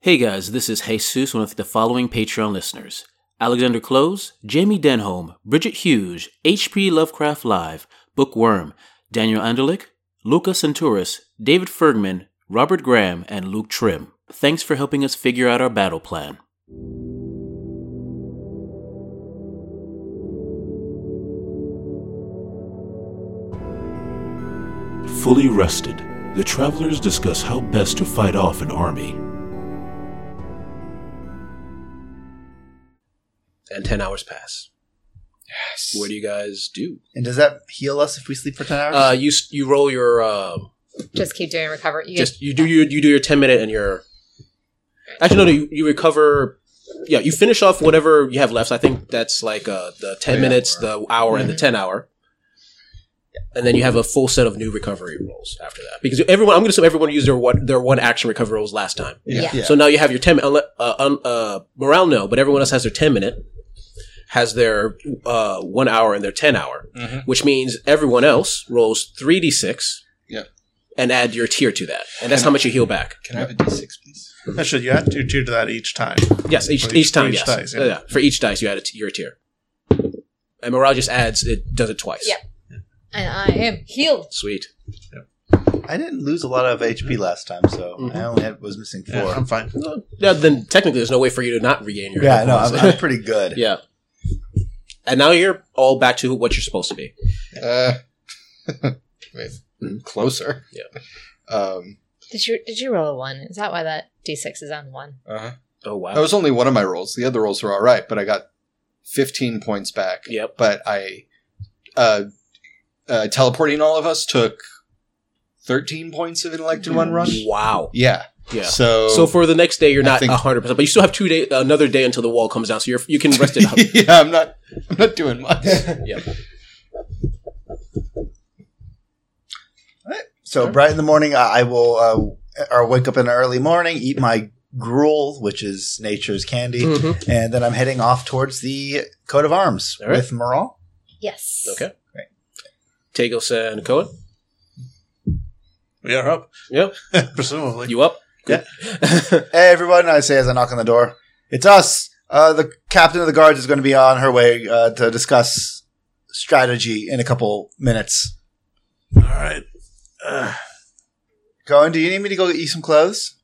Hey guys, this is Jesus, one of the following Patreon listeners Alexander Close, Jamie Denholm, Bridget Hughes, H.P. Lovecraft Live, Bookworm, Daniel Anderlich, Luca Centurus, David Fergman, Robert Graham, and Luke Trim. Thanks for helping us figure out our battle plan. Fully rested, the travelers discuss how best to fight off an army. and 10 hours pass. Yes. What do you guys do? And does that heal us if we sleep for ten hours? Uh, you s- you roll your uh, Just keep doing recovery. You just you do your you do your 10 minute and your Actually no, no you, you recover yeah, you finish off whatever you have left. I think that's like uh, the 10 The minutes, hour. the hour and the 10 hour. And then you have a full set of new recovery rolls after that. Because everyone I'm going to assume everyone used their one their one action recovery rolls last time. Yeah. Yeah. So now you have your 10 minute, uh, un, uh, morale no, but everyone else has their 10 minute, has their uh, one hour and their 10 hour, Mhm. which means everyone else rolls 3d6 Yep. and add your tier to that. And that's how much you heal back. Can I have a D6, please? Actually, you have to do to that each time. Yes, each, For each each- time, for each yes. dice, yeah. yeah. For each dice, you add a t- your tier. And morale just adds, it does it twice. Yep. and I am healed. Sweet. I didn't lose a lot of HP last time, so I only had, was missing four. Yeah, I'm fine. Yeah, then technically, there's no way for you to not regain your Yeah, hit no, points. I'm, I'm pretty good. yeah. And now you're all back to what you're supposed to be. Uh, wait, Hmm. closer. Yeah. Um, Did you did you roll a one? Is that why that D six is on one? uh Oh, wow. That was only one of my rolls. The other rolls were all right, but I got 15 points back. Yep. But I, uh, uh, teleporting all of us took 13 points of intellect in one run. Wow. Yeah. Yeah. So, So for the next day, you're I not think- hundred percent, but you still have two day, another day until the wall comes down, so you're you can rest it up. yeah, I'm not, I'm not doing much. So bright in the morning, I, I will uh, or wake up in the early morning, eat my gruel, which is nature's candy, Mhm. and then I'm heading off towards the coat of arms All right. with Moral. Yes. Okay. Tagos and Cohen, We are up. Yeah. Presumably. you up? Yeah. Good. Hey, everyone! I say as I knock on the door, it's us. Uh, the captain of the guards is going to be on her way uh, to discuss strategy in a couple minutes. All right. Uh, Cohen, do you need me to go get you some clothes?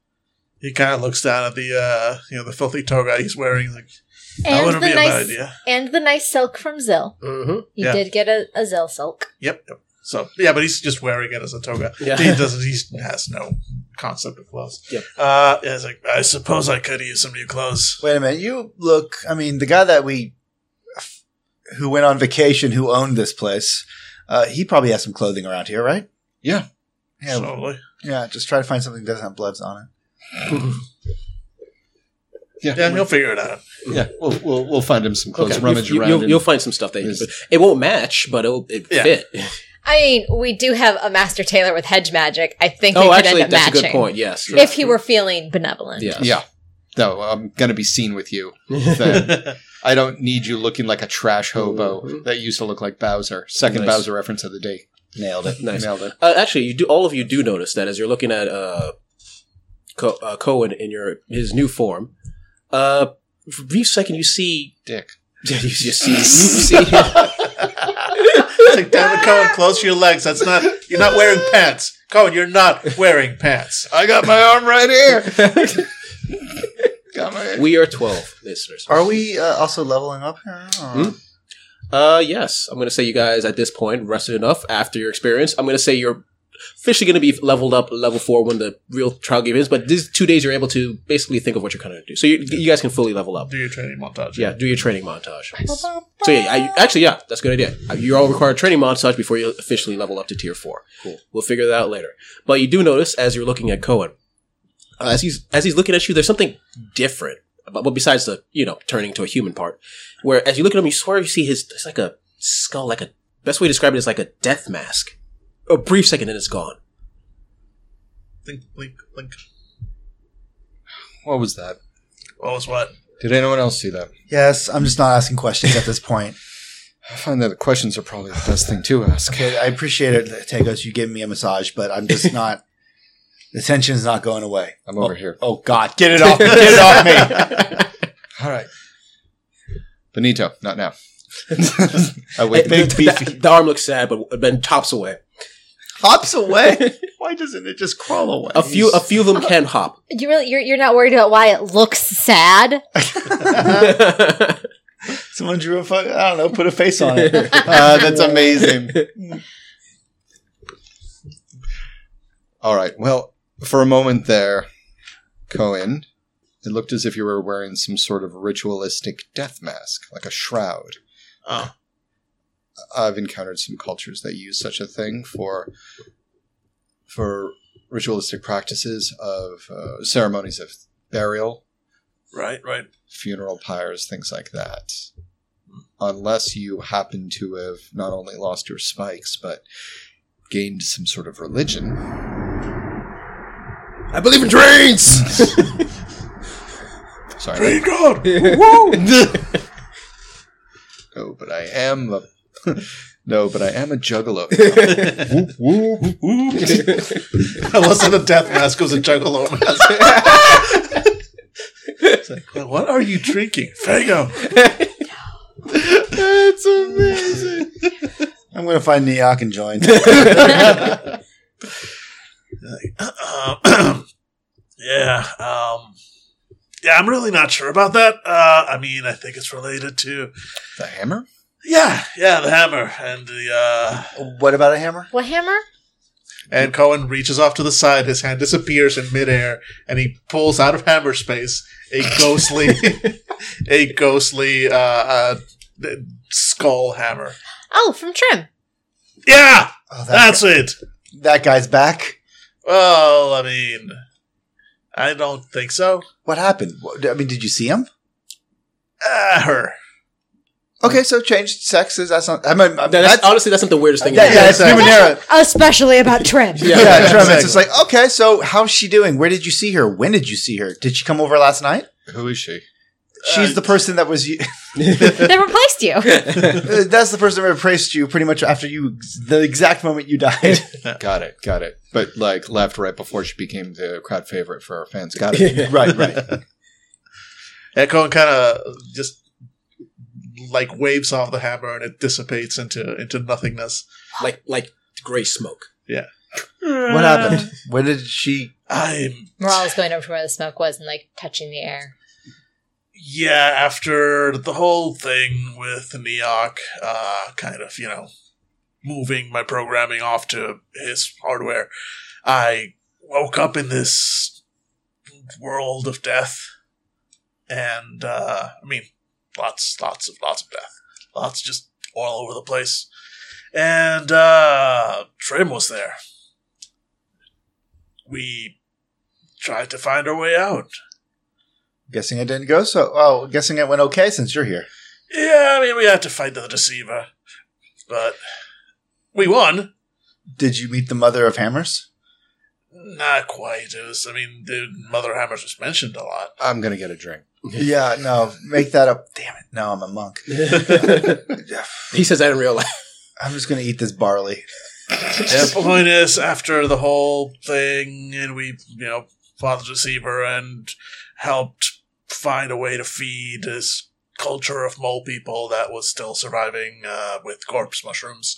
he kind of looks down at the uh, you know the filthy toga he's wearing. He's like, that And wouldn't the be a bad nice idea. and the nice silk from Zill. Mhm. You Yeah. did get a, a Zill silk. Yep. yep. So yeah, but he's just wearing it as a toga. Yeah. He doesn't. He has no concept of clothes. Yep. Uh, yeah, he's like, I suppose I could use some new clothes. Wait a minute. You look. I mean, the guy that we who went on vacation, who owned this place, uh, he probably has some clothing around here, right? Yeah. Yeah. Slowly. Yeah. Just try to find something that doesn't have bloods on it. Yeah. Yeah, he'll figure it out. yeah. We'll, we'll, we'll find him some clothes. Okay. Rummage You, around. will and- you'll find some stuff that Yes. it won't match, but it'll it Yeah. fit. I mean, we do have a master tailor with hedge magic. I think it oh, could actually, end up that's matching. a good point. Yes. If he were feeling benevolent. Yes. yeah. No, I'm going to be seen with you. Then. I don't need you looking like a trash hobo Mhm. that used to look like Bowser. Second Nice. Bowser reference of the day. Nailed it. Nice. Nailed it. Uh, actually, you do. All of you do notice that as you're looking at uh, Co- uh, Cohen in your his new form. Uh, for a brief second, you see. Dick. You just see. You see It's like, damn it, Cohen, close your legs. That's not. You're not wearing pants, Cohen. You're not wearing pants. I got my arm right here. got my. we are twelve listeners. Are we uh, also leveling up here? Or- Hmm? Uh, yes. I'm gonna say you guys at this point rested enough after your experience. I'm gonna say you're officially gonna be leveled up level four when the real trial game is. But these two days you're able to basically think of what you're gonna do. So you, you guys can fully level up. Do your training montage. Yeah, do your training montage. So yeah, I, actually, yeah, that's a good idea. You all require a training montage before you officially level up to tier four. Cool. We'll figure that out later. But you do notice as you're looking at Cohen, uh, as he's as he's looking at you, there's something different. But well, besides the you know turning to a human part, where as you look at him, you swear you see his it's like a skull, like a best way to describe it is like a death mask. A brief second, and it's gone. Blink, blink, blink. What was that? What was Oh, what? Did anyone else see that? Yes. I'm just not asking questions at this point. I find that the questions are probably the best thing to ask. Okay. I appreciate it, Tagos. You gave me a massage, but I'm just not. The tension's not going away. I'm over here. Oh God, get it off! get it off me! All right. Benito, not now. I It- wait. the, the- the arm looks sad, but then tops away. Hops away. Why doesn't it just crawl away? A few, a few of them can hop. You really, you're, you're not worried about why it looks sad. Someone drew a fuck. I don't know. Put a face on it. Ah, that's amazing. All right. Well, for a moment there, Cohen, it looked as if you were wearing some sort of ritualistic death mask, like a shroud. Oh. I've encountered some cultures that use such a thing for for ritualistic practices of uh, ceremonies of burial, Right, right. funeral pyres, things like that. Unless you happen to have not only lost your spikes, but gained some sort of religion. I believe in trains. Sorry. God! No, but I am a. No, but I am a juggalo. Unless the death mask was a juggalo mask. It's like, "Well, what are you drinking? Fago! That's amazing. I'm gonna find Neok and join. Um, yeah, um, yeah, I'm really not sure about that. Uh, I mean, I think it's related to, The hammer? yeah, yeah, the hammer and the, uh, what about a hammer? What hammer? And Cohen reaches off to the side. His hand disappears in midair, and he pulls out of hammer space a ghostly, a ghostly uh, uh, d- skull hammer. Oh, from Trim. Yeah, Oh, that, that's it. that guy's back. Well, I mean, I don't think so. What happened? What- I mean, did you see him? Ah, her. Okay, so changed sexes. That's not. I mean, That- that's, that's, honestly, that's not the weirdest thing. yeah, in yeah, the it's Numenera. Especially about Trim. Yeah. Yeah, Trevor. It's just exactly. like, okay, so how's she doing? Where did you see her? When did you see her? Did she come over last night? Who is she? She's the person that was. They replaced you. Uh, that's the person that replaced you pretty much after you, the exact moment you died. Got it, got it. But like left right before she became the crowd favorite for our fans. Got it. right, right. And Cohen kind of just like waves off the hammer, and it dissipates into into nothingness. like like gray smoke. What happened? Where Uh, did she? I'm Morale was going over to where the smoke was and like touching the air. yeah, after the whole thing with Neok, uh, kind of, you know, moving my programming off to his hardware, I woke up in this world of death. And, uh, I mean, lots, lots of, lots of death. Lots just all over the place. And, uh, Trim was there. We tried to find our way out. Guessing it didn't go so. Oh, guessing it went okay since you're here. Yeah, I mean, we had to fight the deceiver, but we won. Did you meet the mother of hammers? Not quite. It was, I mean, the Mother Hammers was mentioned a lot. I'm gonna get a drink. yeah, no, make that up. Damn it! No, I'm a monk. He says that in real life. I'm just gonna eat this barley. The point is, after the whole thing, and we, you know, fought the deceiver and helped find a way to feed this culture of mole people that was still surviving uh, with corpse mushrooms.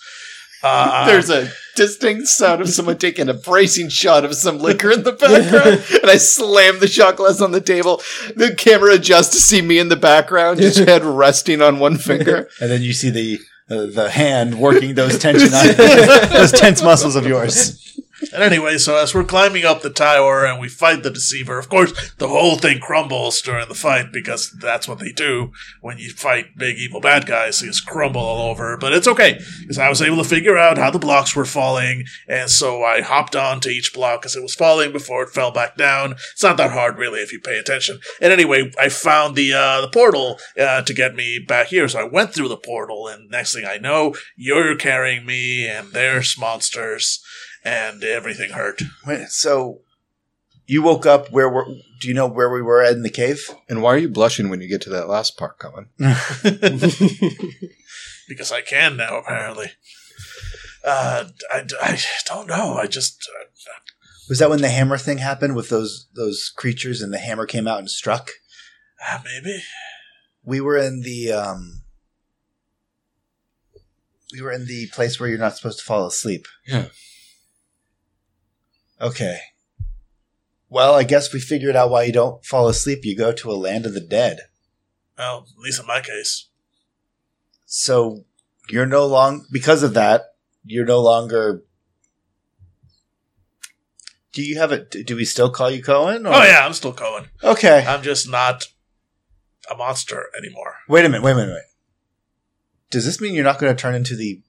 Uh, There's a distinct sound of someone taking a bracing shot of some liquor in the background, and I slam the shot glass on the table. The camera adjusts to see me in the background, just head resting on one finger. And then you see the uh, the hand working those tension those tense muscles of yours. And anyway, so as we're climbing up the tower and we fight the deceiver, of course, the whole thing crumbles during the fight because that's what they do when you fight big evil bad guys. They just crumble all over. But it's okay because I was able to figure out how the blocks were falling, and so I hopped on to each block as it was falling before it fell back down. It's not that hard, really, if you pay attention. And anyway, I found the uh, the portal uh, to get me back here, so I went through the portal, and next thing I know, you're carrying me, and there's monsters and everything hurt. Wait, so you woke up where were do you know where we were at in the cave? And why are you blushing when you get to that last part, Cohen? Because I can now, apparently. Uh, I, I don't know. I just. Was that when the hammer thing happened with those those creatures and the hammer came out and struck? Ah, maybe. We were in the um we were in the place where you're not supposed to fall asleep. Yeah. Okay. Well, I guess we figured out why you don't fall asleep. You go to a land of the dead. Well, at least in my case. So you're no long because of that, you're no longer Do you have a do we still call you Cohen? or- Oh yeah, I'm still going. Okay. I'm just not a monster anymore. Wait a minute, wait a minute, wait. Does this mean you're not going to turn into the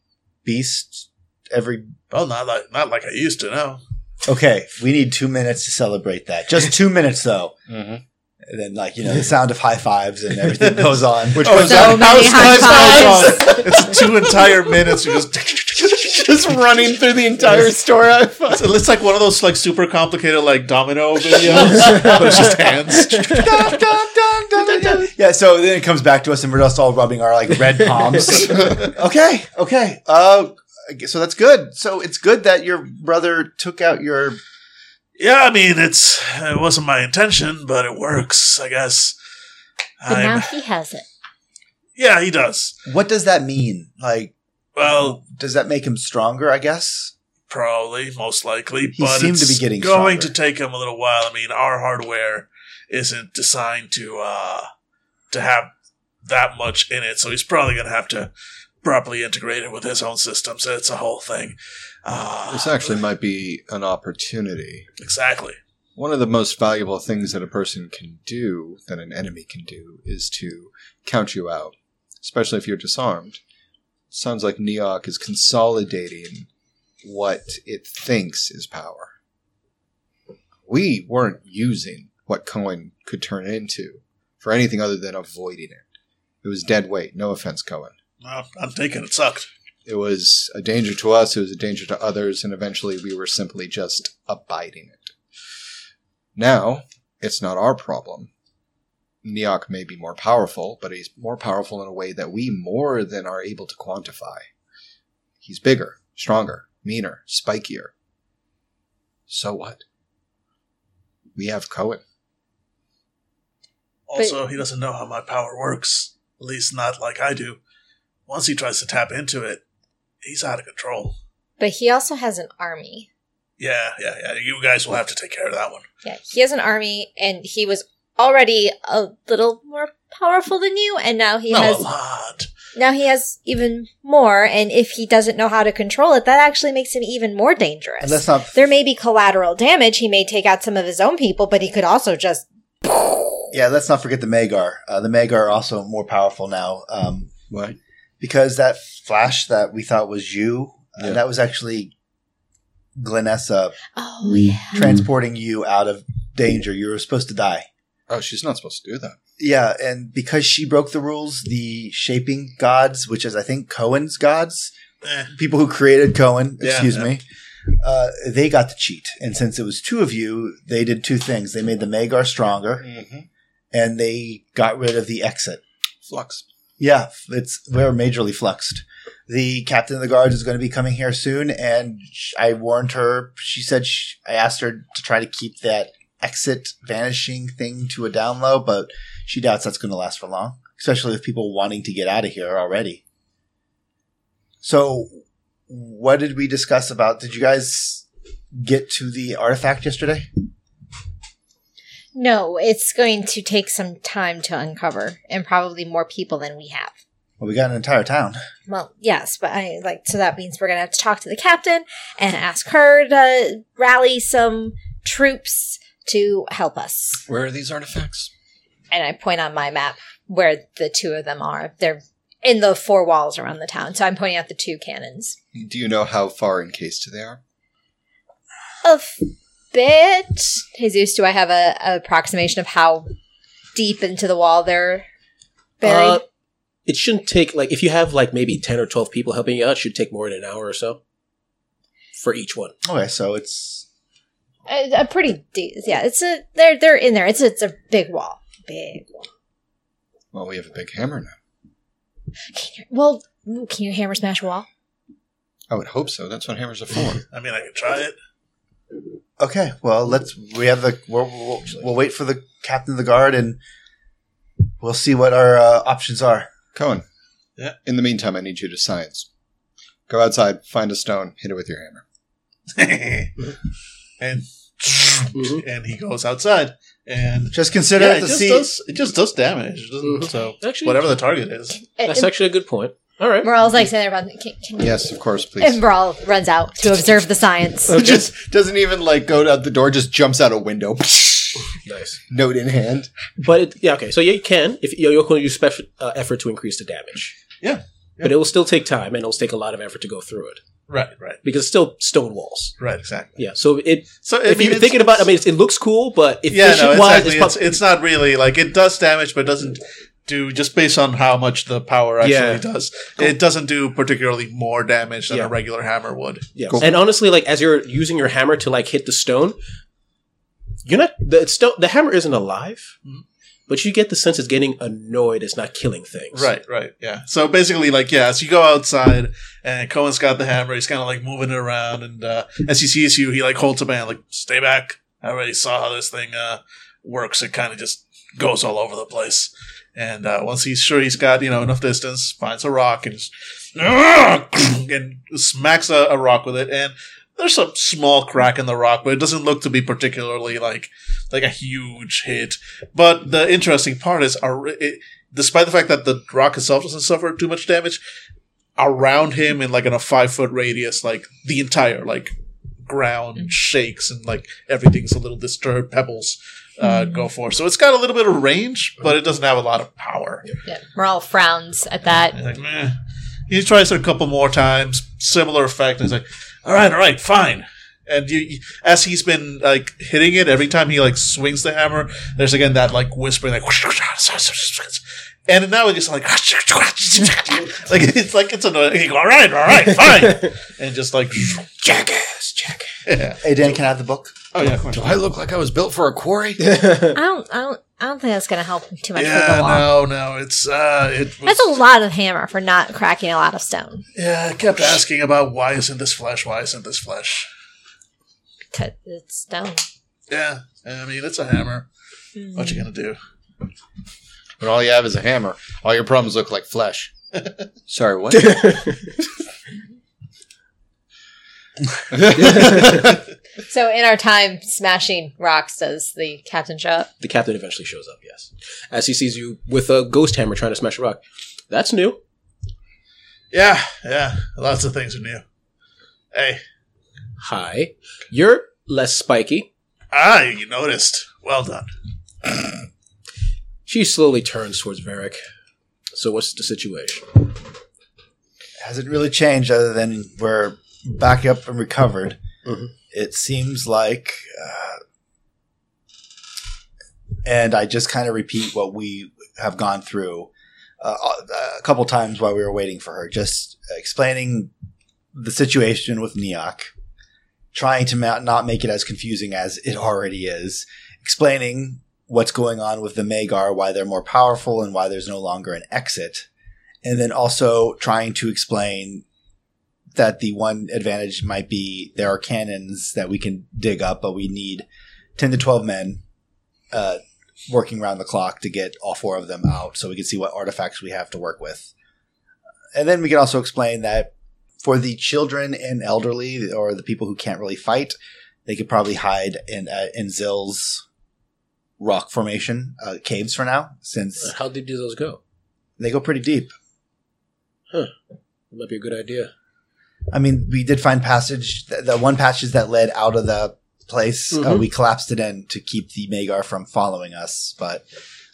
beast every. Well, not like not like I used to. No. Okay, we need two minutes to celebrate that. Just two minutes, though. Mhm. And then, like, you know, the sound of high fives and everything goes on. Which Oh, goes so on. many high goes on. It's two entire minutes. You just Just running through the entire store. I find. It's, it's like one of those like super complicated like domino videos, but it's just hands. Dun, dun, dun, dun, dun, dun. yeah, so then it comes back to us and we're just all rubbing our, like, red palms. okay, okay. Uh, I guess- so that's good. So it's good that your brother took out your. Yeah, I mean it's it wasn't my intention, but it works, I guess. But now I'm- he has it. yeah, he does. What does that mean? Like, Well, does that make him stronger, I guess? probably, most likely. He but seemed to it's be getting going stronger. to take him a little while. I mean, our hardware isn't designed to uh to have that much in it, so he's probably gonna have to properly integrate it with his own system. So it's a whole thing. Uh, This actually might be an opportunity. exactly. One of the most valuable things that a person can do, that an enemy can do, is to count you out, especially if you're disarmed. Sounds like Neok is consolidating what it thinks is power. We weren't using what Cohen could turn into for anything other than avoiding it. It was dead weight. No offense, Cohen. Well, I'm thinking it sucked. It was a danger to us, it was a danger to others, and eventually we were simply just abiding it. Now, it's not our problem. Neok may be more powerful, but he's more powerful in a way that we more than are able to quantify. He's bigger, stronger, meaner, spikier. So what? We have Cohen. Also, he doesn't know how my power works. At least not like I do. Once he tries to tap into it, he's out of control. But he also has an army. Yeah, yeah, yeah. You guys will have to take care of that one. Yeah, he has an army, and he was already a little more powerful than you, and now he no, has Oh, a lot. now he has even more. And if he doesn't know how to control it, that actually makes him even more dangerous. And let's not. there may be collateral damage. He may take out some of his own people, but he could also just yeah, let's not forget the Magar. Uh, the Magar are also more powerful now um, What? because that flash that we thought was you, uh, Yeah. that was actually Glenessa oh yeah. transporting you out of danger. You were supposed to die. Oh, she's not supposed to do that. Yeah, and because she broke the rules, the shaping gods, which is I think Cohen's gods, Eh, people who created Cohen, Yeah, excuse yeah. me, uh, they got to cheat. And since it was two of you, they did two things. They made the Magar stronger, Mm-hmm. and they got rid of the exit. Flux. Yeah, it's we're majorly fluxed. The captain of the guards is going to be coming here soon, and sh- I warned her. She said sh I asked her to try to keep that exit vanishing thing to a down low, but she doubts that's going to last for long, especially with people wanting to get out of here already. So, what did we discuss about? Did you guys get to the artifact yesterday? No, it's going to take some time to uncover, and probably more people than we have. Well, we got an entire town. Well, yes, but I like so that means we're gonna have to talk to the captain and ask her to rally some troops to help us. Where are these artifacts? And I point on my map where the two of them are. They're in the four walls around the town, so I'm pointing out the two cannons. Do you know how far encased they are? A f- bit, Jesus. Do I have a, a approximation of how deep into the wall they're buried? Uh, it shouldn't take like if you have like maybe ten or twelve people helping you out, it should take more than an hour or so for each one. Okay, so it's Uh, a, a pretty de- yeah it's a they're they're in there it's it's a big wall big wall Well, we have a big hammer now. can you, well ooh, can you hammer smash a wall I would hope so. That's what hammers are for. I mean, I could try it. Okay, well, let's. We have the. We'll, we'll, we'll wait for the captain of the guard, and we'll see what our uh, options are. Cohen. Yeah. In the meantime, I need you to science. Go outside, find a stone, hit it with your hammer. and Mm-hmm. and he goes outside and Just consider Yeah, it it the just sea. does it just does damage. doesn't Mm-hmm. it? So Actually- whatever the target is, That's And actually a good point. All right. Morale's like sitting there running. Can, can you- Yes, of course, please. And Brawl runs out to observe the science. just doesn't even like go out the door, just jumps out a window. Nice. Note in hand. But it, yeah, okay. So yeah, you can if you're going to use special uh, effort to increase the damage. Yeah. But it will still take time, and it'll take a lot of effort to go through it right, right, because it's still stone walls. right, exactly. Yeah. So it. So if you're it's- thinking about, I mean, it's, it looks cool, but yeah, no, efficient wise, exactly. It's, it's, prob- it's not really like it does damage, but it doesn't do just based on how much the power actually Yeah. does. It doesn't do particularly more damage than Yeah. a regular hammer would. yeah. cool. And honestly, like as you're using your hammer to like hit the stone, you're not the stone. The hammer isn't alive, Mm-hmm. but you get the sense it's getting annoyed. It's not killing things. Right, right, yeah. So basically, like, yeah, so you go outside, and Cohen's got the hammer. He's kind of like moving it around, and uh, as he sees you, he like holds a man, like, stay back. I already saw how this thing uh, works. It kind of just goes all over the place. And uh, once he's sure he's got you know enough distance, finds a rock and just, and smacks a, a rock with it. And there's a small crack in the rock, but it doesn't look to be particularly like like a huge hit. But the interesting part is, ar- it, despite the fact that the rock itself doesn't suffer too much damage, around him in like in a five foot radius, like the entire like ground shakes and like everything's a little disturbed. Pebbles uh, go for so it's got a little bit of range, but it doesn't have a lot of power. yeah, Moral frowns at that. He's like, Meh. He tries it a couple more times, similar effect. And he's like, all right, all right, fine. And you, you- as he's been like hitting it, every time he like swings the hammer, there's again that like whispering, like, and now it's just like, like it's like it's annoying. He go, all right, all right, fine, and just like, jackass, jackass. Yeah. Hey, Dan, can I have the book? Oh yeah, come on. Do I look like I was built for a quarry? I don't, I don't, I don't think that's going to help him too much for yeah, the wall. no, no, it's uh, it was. That's a lot of hammer for not cracking a lot of stone. yeah, I kept asking about why isn't this flesh? Why isn't this flesh? 'Cause It's stone. Yeah, I mean it's a hammer. What you gonna do? When all you have is a hammer, all your problems look like flesh. Sorry, what? So in our time, smashing rocks does the captain show up. The captain eventually shows up. Yes, as he sees you with a ghost hammer trying to smash a rock. That's new. Yeah, yeah. Lots of things are new. Hey, Hi. You're less spiky. ah, you noticed. Well done. She slowly turns towards Varric. So what's the situation? hasn't really changed other than we're back up and recovered. Mhm. It seems like, uh, and I just kind of repeat what we have gone through uh, a couple times while we were waiting for her, just explaining the situation with Neok, trying to ma- not make it as confusing as it already is, explaining what's going on with the Magar, why they're more powerful, and why there's no longer an exit and then also trying to explain that the one advantage might be there are cannons that we can dig up, but we need 10 to 12 men uh, working around the clock to get all four of them out so we can see what artifacts we have to work with. And then we can also explain that for the children and elderly or the people who can't really fight, they could probably hide in, uh, in Zill's rock formation uh, caves for now, since How deep do those go? they go pretty deep. That might be a good idea. I mean, we did find passage, the, the one passage that led out of the place. Uh, Mhm. we collapsed it in to keep the Magar from following us, but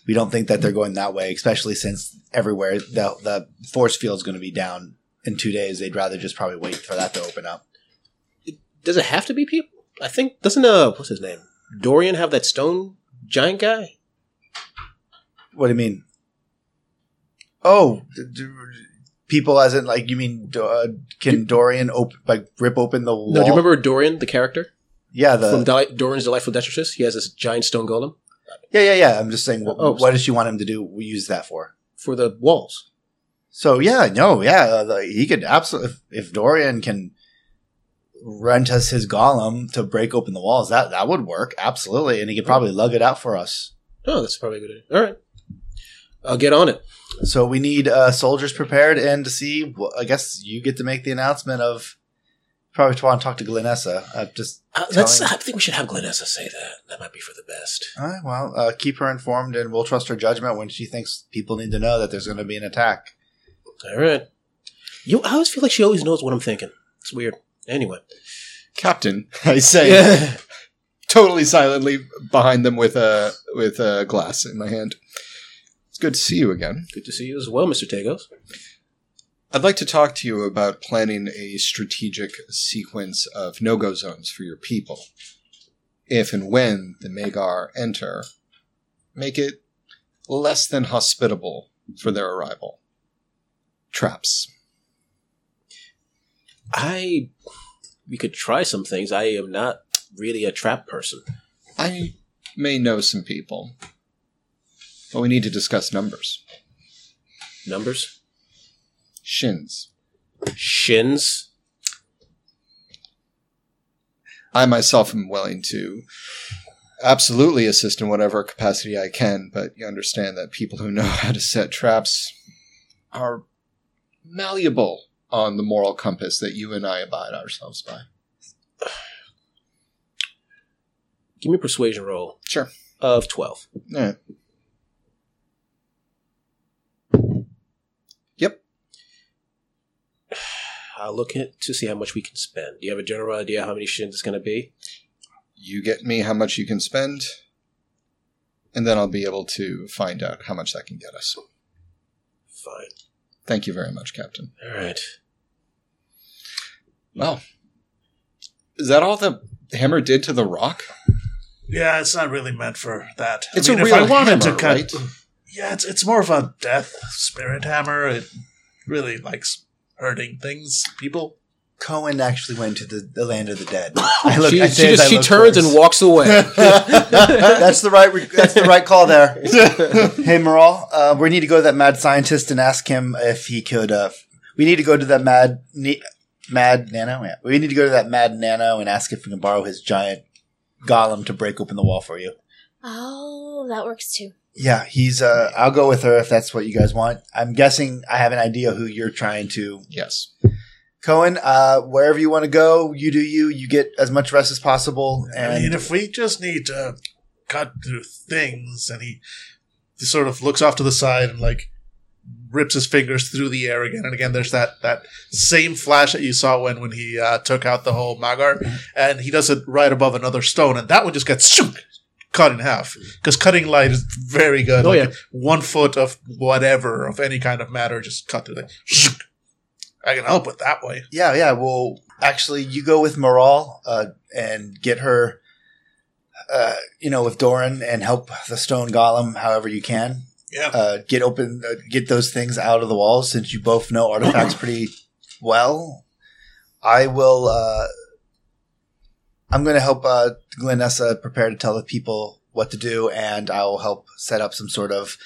we don't think that they're going that way, especially since everywhere the, the force field's going to be down in two days. They'd rather just probably wait for that to open up. Does it have to be people? I think doesn't uh what's his name? Dorian have that stone giant guy? What do you mean? Oh, d- d- people as in, like, you mean, do- uh, can Dorian op- like, rip open the wall? No, do you remember Dorian, the character? Yeah, the, From Deli- Dorian's Delightful Detritus? He has this giant stone golem yeah, yeah, yeah. I'm just saying, what, Oh, what does she want him to do? We use that for. for the walls. So yeah, no, yeah, uh, the- he could absolutely. If, if Dorian can rent us his golem to break open the walls. That that would work absolutely, and he could probably lug it out for us. Oh, that's probably a good idea. All right. I'll get on it. So we need uh, soldiers prepared, and to see. Well, I guess you get to make the announcement of. Probably want to talk to Glenessa. Uh, just Uh, let's, I think we should have Glenessa say that. That might be for the best. all right, well, uh, keep her informed, and we'll trust her judgment when she thinks people need to know that there's going to be an attack. All right. You, I always feel like she always knows what I'm thinking. It's weird. Anyway. Captain, I say totally silently behind them with a with a glass in my hand. It's good to see you again. Good to see you as well, Mr. Tagos. I'd like to talk to you about planning a strategic sequence of no-go zones for your people. If and when the Magar enter, make it less than hospitable for their arrival. Traps. I we could try some things. I am not really a trap person. I may know some people, but we need to discuss numbers. Numbers, Shins. shins. I myself am willing to absolutely assist in whatever capacity I can, but you understand that people who know how to set traps are malleable on the moral compass that you and I abide ourselves by. Give me a persuasion roll Sure. of twelve. Yeah. Yep. I'll look at to see how much we can spend. Do you have a general idea how many shins it's going to be? You get me how much you can spend, and then I'll be able to find out how much that can get us. Fine. Thank you very much, Captain. All right. Well, is that all the hammer did to the rock? Yeah, it's not really meant for that. I It's mean, a if real I wanted hammer, to cut, right? yeah, it's it's more of a death spirit hammer. It really likes hurting things, people. Cohen actually went to the, the land of the dead. I look, I say she as I she look turns towards- and walks away. that's the right. re- That's the right call there. hey, Moral, uh, we need to go to that mad scientist and ask him if he could. Uh, we need to go to that mad ni- mad nano. Yeah. We need to go to that mad nano and ask if we can borrow his giant golem to break open the wall for you. Oh, that works too. Yeah, he's. Uh, I'll go with her if that's what you guys want. I'm guessing I have an idea who you're trying to. Yes. Cohen, uh, wherever you want to go, you do you. You get as much rest as possible. And I mean, if we just need to cut through things, and he, he sort of looks off to the side and like rips his fingers through the air again and again. There's that that same flash that you saw when when he uh, took out the whole Magar, and he does it right above another stone, and that one just gets shoop, cut in half because cutting light is very good. Oh, Like, yeah. one foot of whatever of any kind of matter just cut through the. shoop. I can help with that way. Yeah, yeah. Well, actually, you go with Moral uh, and get her, uh, you know, with Doran and help the stone golem however you can. Yeah. Uh, get open, uh, get those things out of the walls since you both know artifacts pretty well. I will, uh, I'm going to help uh, Glenessa prepare to tell the people what to do, and I will help set up some sort of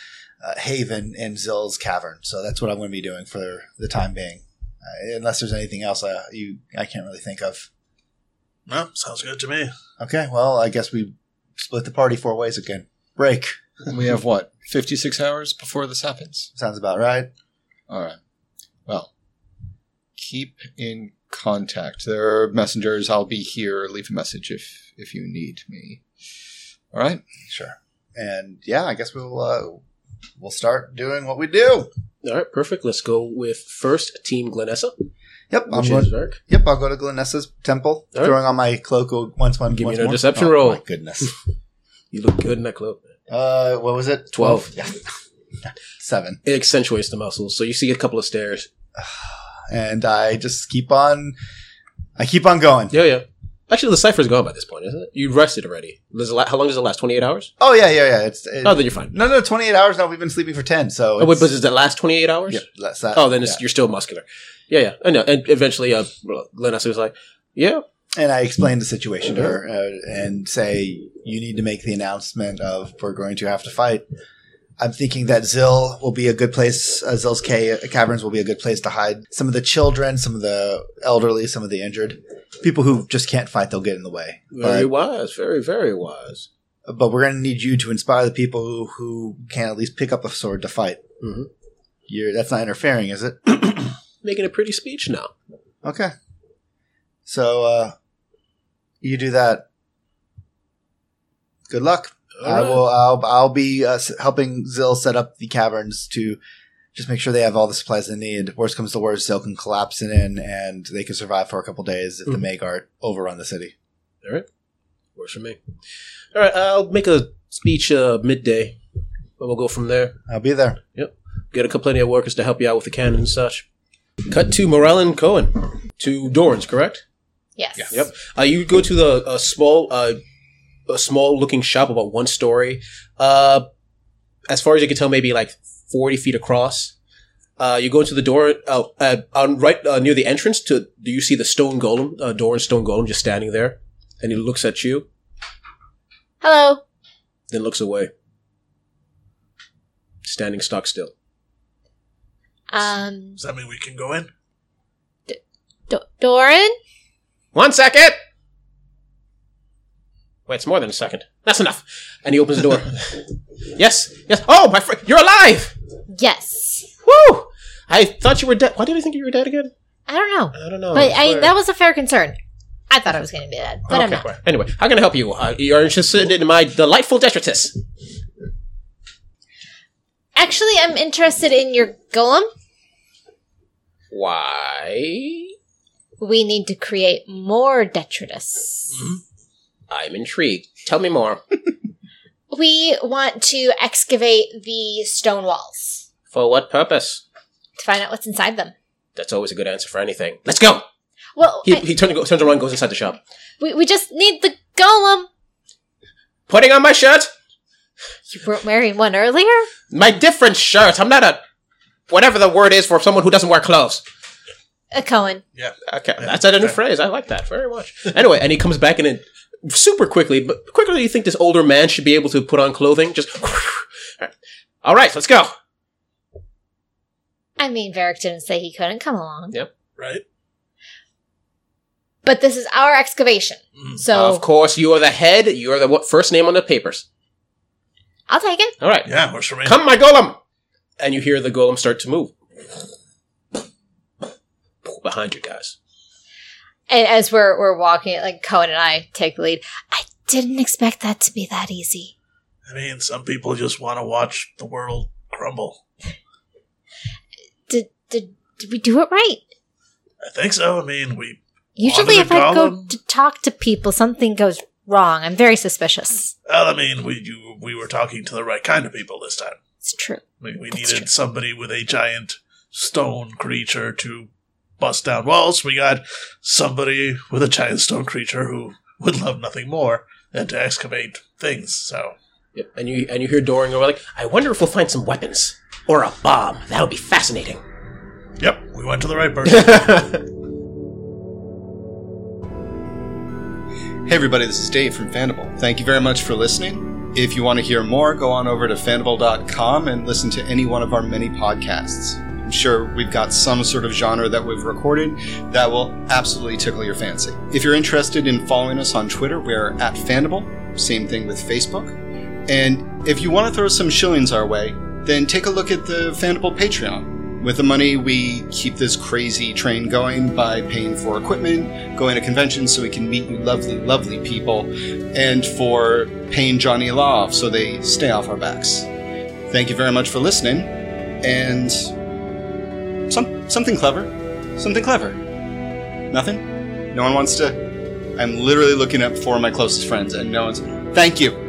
uh, haven in Zill's cavern. So that's what I'm going to be doing for the time being. Uh, unless there's anything else uh, you I can't really think of. Well, sounds good to me. Okay, well, I guess we split the party four ways again. Break We have what? 56 hours before this happens. sounds about right. All right. Well, keep in contact. There are messengers. I'll be here. Leave a message if if you need me. All right. Sure. And yeah, I guess we'll uh, we'll start doing what we do. All right, perfect. Let's go with first team Glenessa, Yep, I'm which going, is Dark. yep, I'll go to Glenessa's temple, All right. throwing on my cloak o- once one. Give me once another more. deception oh, roll. My goodness. You look good in that cloak. Uh, what was it? 12. Yeah. Seven. It accentuates the muscles, so you see a couple of stairs. And I just keep on. I keep on going. Yeah, yeah. Actually, the cipher's gone by this point, isn't it? You rested already. Does it la- how long does it last? Twenty eight hours? Oh yeah, yeah, yeah. It's it, Oh, then you're fine. no, no. Twenty eight hours. No, we've been sleeping for ten. So Oh, wait, it's- but does it last twenty eight hours? Yep, that's that. Oh, then it's, Yeah. you're still muscular. Yeah, yeah. I know. And eventually, uh, Glenessa was like, "Yeah, And I explained the situation to her uh, and say, you need to make the announcement of we're going to have to fight. I'm thinking that Zill will be a good place, uh, Zill's ca- caverns will be a good place to hide some of the children, some of the elderly, some of the injured. people who just can't fight, they'll get in the way. Very But, wise, very, very wise. but we're going to need you to inspire the people who, who can at least pick up a sword to fight. Mhm. You're, that's not interfering, is it? Making a pretty speech now. Okay. So uh, you do that. Good luck. I Alright. will. I'll, I'll be uh, s- helping Zill set up the caverns to just make sure they have all the supplies they need. Worst comes to worst, Zill can collapse it in, and they can survive for a couple days if the Magart overrun the city. Works for me. All right, I'll make a speech uh, midday, and we'll go from there. I'll be there. Get a couple plenty of workers to help you out with the cannon and such. Cut to Morellin Cohen to Dorans, correct? Yes. Yep. Uh, you go to the a small, uh, a small looking shop, about one story. Uh, as far as you can tell, maybe like forty feet across. Uh, you go into the door uh, uh, on right uh, near the entrance. To do you see the stone golem, uh, Doran stone golem, just standing there, and he looks at you, Hello. then looks away, standing stock still. Um, Does that mean we can go in? Do- Doran? One second. Wait, it's more than a second. That's enough. And he opens the door. yes, yes. Oh, my friend, you're alive. Yes. Woo! I thought you were dead. Why did I think you were dead again? I don't know. I don't know. But I, Swear. that was a fair concern. I thought I was going to be dead, but I'm Okay, not. well, Anyway, how can I help you? Uh, you're interested in my delightful detritus. Actually, I'm interested in your golem. Why? We need to create more detritus. I'm intrigued. Tell me more. We want to excavate the stone walls For what purpose? to find out what's inside them. That's always a good answer for anything. Let's go. Well, He, I- he turns, goes- turns around, and goes inside the shop. we, we just need the golem. Putting on my shirt. You weren't wearing one earlier? My different shirt. I'm not a whatever the word is for someone who doesn't wear clothes. A Uh, Cohen. Okay, that's a new phrase. I like that very much. Anyway, and he comes back in it super quickly, but quicker than you think this older man should be able to put on clothing. Just all right, let's go. I mean, Varric didn't say he couldn't come along. Yeah. Right? But this is our excavation. Mm. So Of course, you are the head. You are the what, first name on the papers. I'll take it. All right, Yeah, works for me. come, my golem. And you hear the golem start to move behind you guys. And as we're, we're walking, like Cohen and I take the lead. I didn't expect that to be that easy. I mean, some people just want to watch the world crumble. Did, did, did we do it right? I think so. I mean, we Usually, if Wanted a I go golem. to talk to people, something goes wrong. I'm very suspicious. Well, I mean, we you, we were talking to the right kind of people this time. It's true. I mean, we That's needed true. somebody with a giant stone creature to bust down walls. We got somebody with a giant stone creature who would love nothing more than to excavate things. So Yep. And you and you hear Doring over like, I wonder if we'll find some weapons or a bomb. That would be fascinating. Yep, we went to the right person. Hey everybody, this is Dave from Fandible. Thank you very much for listening. If you want to hear more, go on over to fandible.com and listen to any one of our many podcasts. I'm sure we've got some sort of genre that we've recorded that will absolutely tickle your fancy. If you're interested in following us on Twitter, we're at Fandible. Same thing with Facebook. And if you want to throw some shillings our way, then take a look at the Fandible Patreon. With the money, we keep this crazy train going by paying for equipment, going to conventions so we can meet you lovely, lovely people, and for paying Johnny Law off so they stay off our backs. Thank you very much for listening, and some, something clever. Something clever. Nothing? No one wants to. I'm literally looking up four of my closest friends, and no one's. Thank you!